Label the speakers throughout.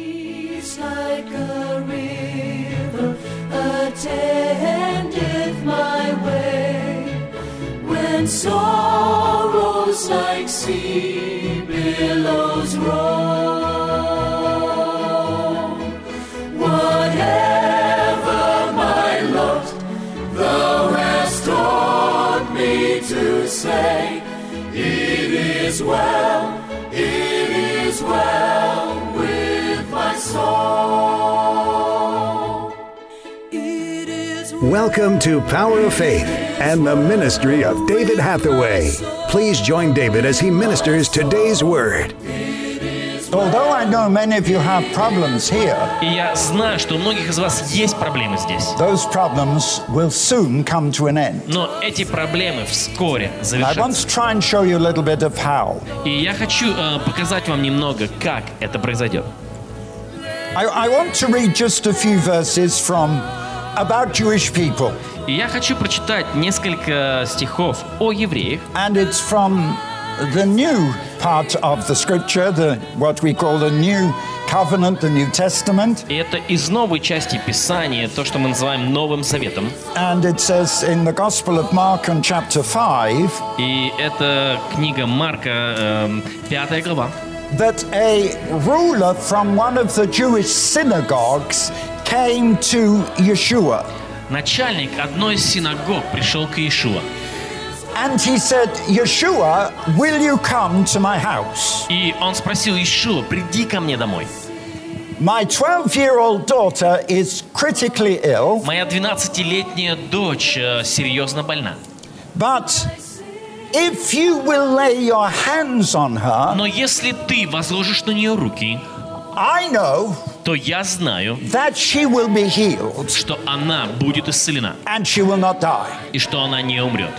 Speaker 1: peace like a river attendeth my way. When sorrows like sea billows roll, whatever my lot, thou hast taught me to say, It is well, it is well with my soul. It is
Speaker 2: Welcome to Power of Faith and the ministry of David Hathaway. Please join David as he ministers today's word.
Speaker 3: Although I know many of you have problems here,
Speaker 4: И я знаю, что у многих из вас есть проблемы здесь.
Speaker 3: those problems will soon come to an end.
Speaker 4: Но эти проблемы вскоре
Speaker 3: And I want to
Speaker 4: завершатся.
Speaker 3: try and show you a little bit of how.
Speaker 4: И я хочу э, показать вам немного, как это произойдет.
Speaker 3: I, I want to read just a few verses from about Jewish people,
Speaker 4: И я хочу прочитать несколько э, стихов о евреях.
Speaker 3: and it's from the new part of the scripture, the what we call the New Covenant, the New Testament.
Speaker 4: И это из новой части Писания, то, что мы называем Новым Заветом.
Speaker 3: And it says in the Gospel of Mark and chapter 5
Speaker 4: И это книга Марка, э, пятая глава.
Speaker 3: that a ruler from one of the Jewish synagogues came to Yeshua.
Speaker 4: Начальник одной из синагог пришел к Иешуа.
Speaker 3: And he said, Yeshua, will you come to my house?
Speaker 4: И он спросил Иешуа, приди ко мне домой.
Speaker 3: My 12 year old daughter is critically ill,
Speaker 4: Моя 12-летняя дочь э, серьезно больна.
Speaker 3: but if you will lay your hands on her,
Speaker 4: Но если ты возложишь на нее руки,
Speaker 3: I know
Speaker 4: то я знаю,
Speaker 3: that she will be healed
Speaker 4: что она будет исцелена
Speaker 3: and she will not die.
Speaker 4: и что она не умрет.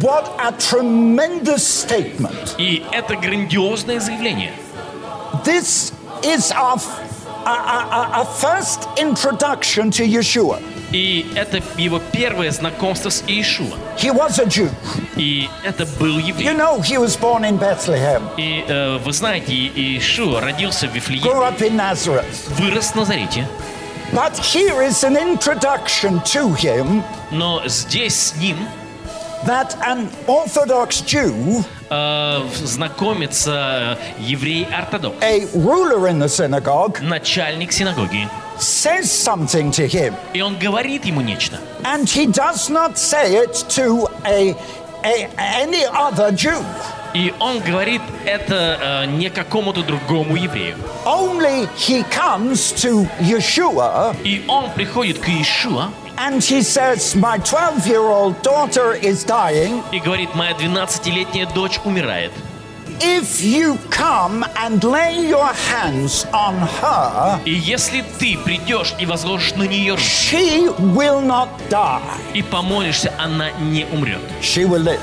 Speaker 3: What a tremendous statement.
Speaker 4: И это грандиозное заявление.
Speaker 3: This is our, f- our- our- our- our first introduction to Yeshua.
Speaker 4: И это его первое знакомство с Иешуа.
Speaker 3: He was a Jew.
Speaker 4: И это был
Speaker 3: You
Speaker 4: еврей.
Speaker 3: know, he was born in Bethlehem,
Speaker 4: И э, вы знаете, И- Иешуа родился в
Speaker 3: grew
Speaker 4: Вифлееме,
Speaker 3: up in Nazareth.
Speaker 4: вырос в Назарете.
Speaker 3: But here is an introduction to him
Speaker 4: Но здесь с ним
Speaker 3: that an Orthodox Jew,
Speaker 4: э, знакомится еврей-ортодокс,
Speaker 3: a ruler in the synagogue,
Speaker 4: начальник синагоги.
Speaker 3: says something to him.
Speaker 4: И он говорит ему нечто.
Speaker 3: And he does not say it to a, a, any other Jew,
Speaker 4: И он говорит это э, не какому-то другому еврею.
Speaker 3: only he comes to Yeshua
Speaker 4: И он приходит к Иешуа
Speaker 3: and he says, My 12 year old daughter is dying.
Speaker 4: и говорит, моя 12-летняя дочь умирает.
Speaker 3: If you come and lay your hands on her,
Speaker 4: И если ты придешь и возложишь на нее руки
Speaker 3: she will not die,
Speaker 4: и помолишься, она не умрет.
Speaker 3: she will live.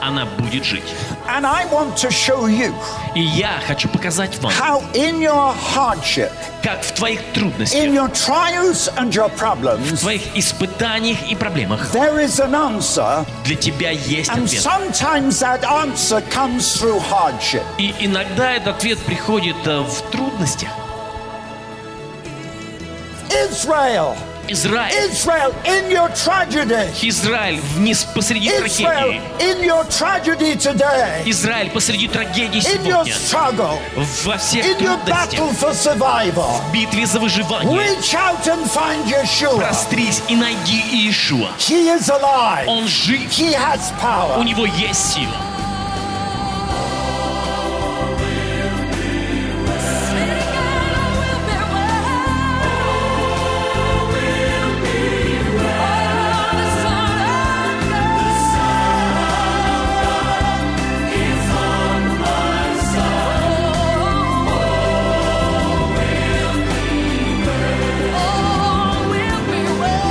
Speaker 4: Она будет жить.
Speaker 3: And I want to show you
Speaker 4: И я хочу показать вам,
Speaker 3: how, in your hardship,
Speaker 4: как в твоих
Speaker 3: in
Speaker 4: трудностях,
Speaker 3: your trials and your
Speaker 4: в
Speaker 3: problems,
Speaker 4: твоих испытаниях и проблемах
Speaker 3: there is an answer.
Speaker 4: для тебя есть
Speaker 3: And
Speaker 4: ответ.
Speaker 3: sometimes that answer comes through hardship.
Speaker 4: И иногда этот ответ приходит э, в трудностях.
Speaker 3: Israel,
Speaker 4: Израиль.
Speaker 3: Israel, in your tragedy,
Speaker 4: Израиль вниз посреди
Speaker 3: Israel,
Speaker 4: трагедии.
Speaker 3: in your tragedy today,
Speaker 4: Израиль посреди трагедии
Speaker 3: in your
Speaker 4: сегодня,
Speaker 3: struggle,
Speaker 4: во всех
Speaker 3: in your battle
Speaker 4: трудностях,
Speaker 3: for survival.
Speaker 4: в битве за выживание,
Speaker 3: Reach out and find Yeshua.
Speaker 4: прострись и найди Иешуа.
Speaker 3: He is alive.
Speaker 4: Он жив,
Speaker 3: He has
Speaker 4: у
Speaker 3: power.
Speaker 4: него есть сила.
Speaker 1: Oh, will be well.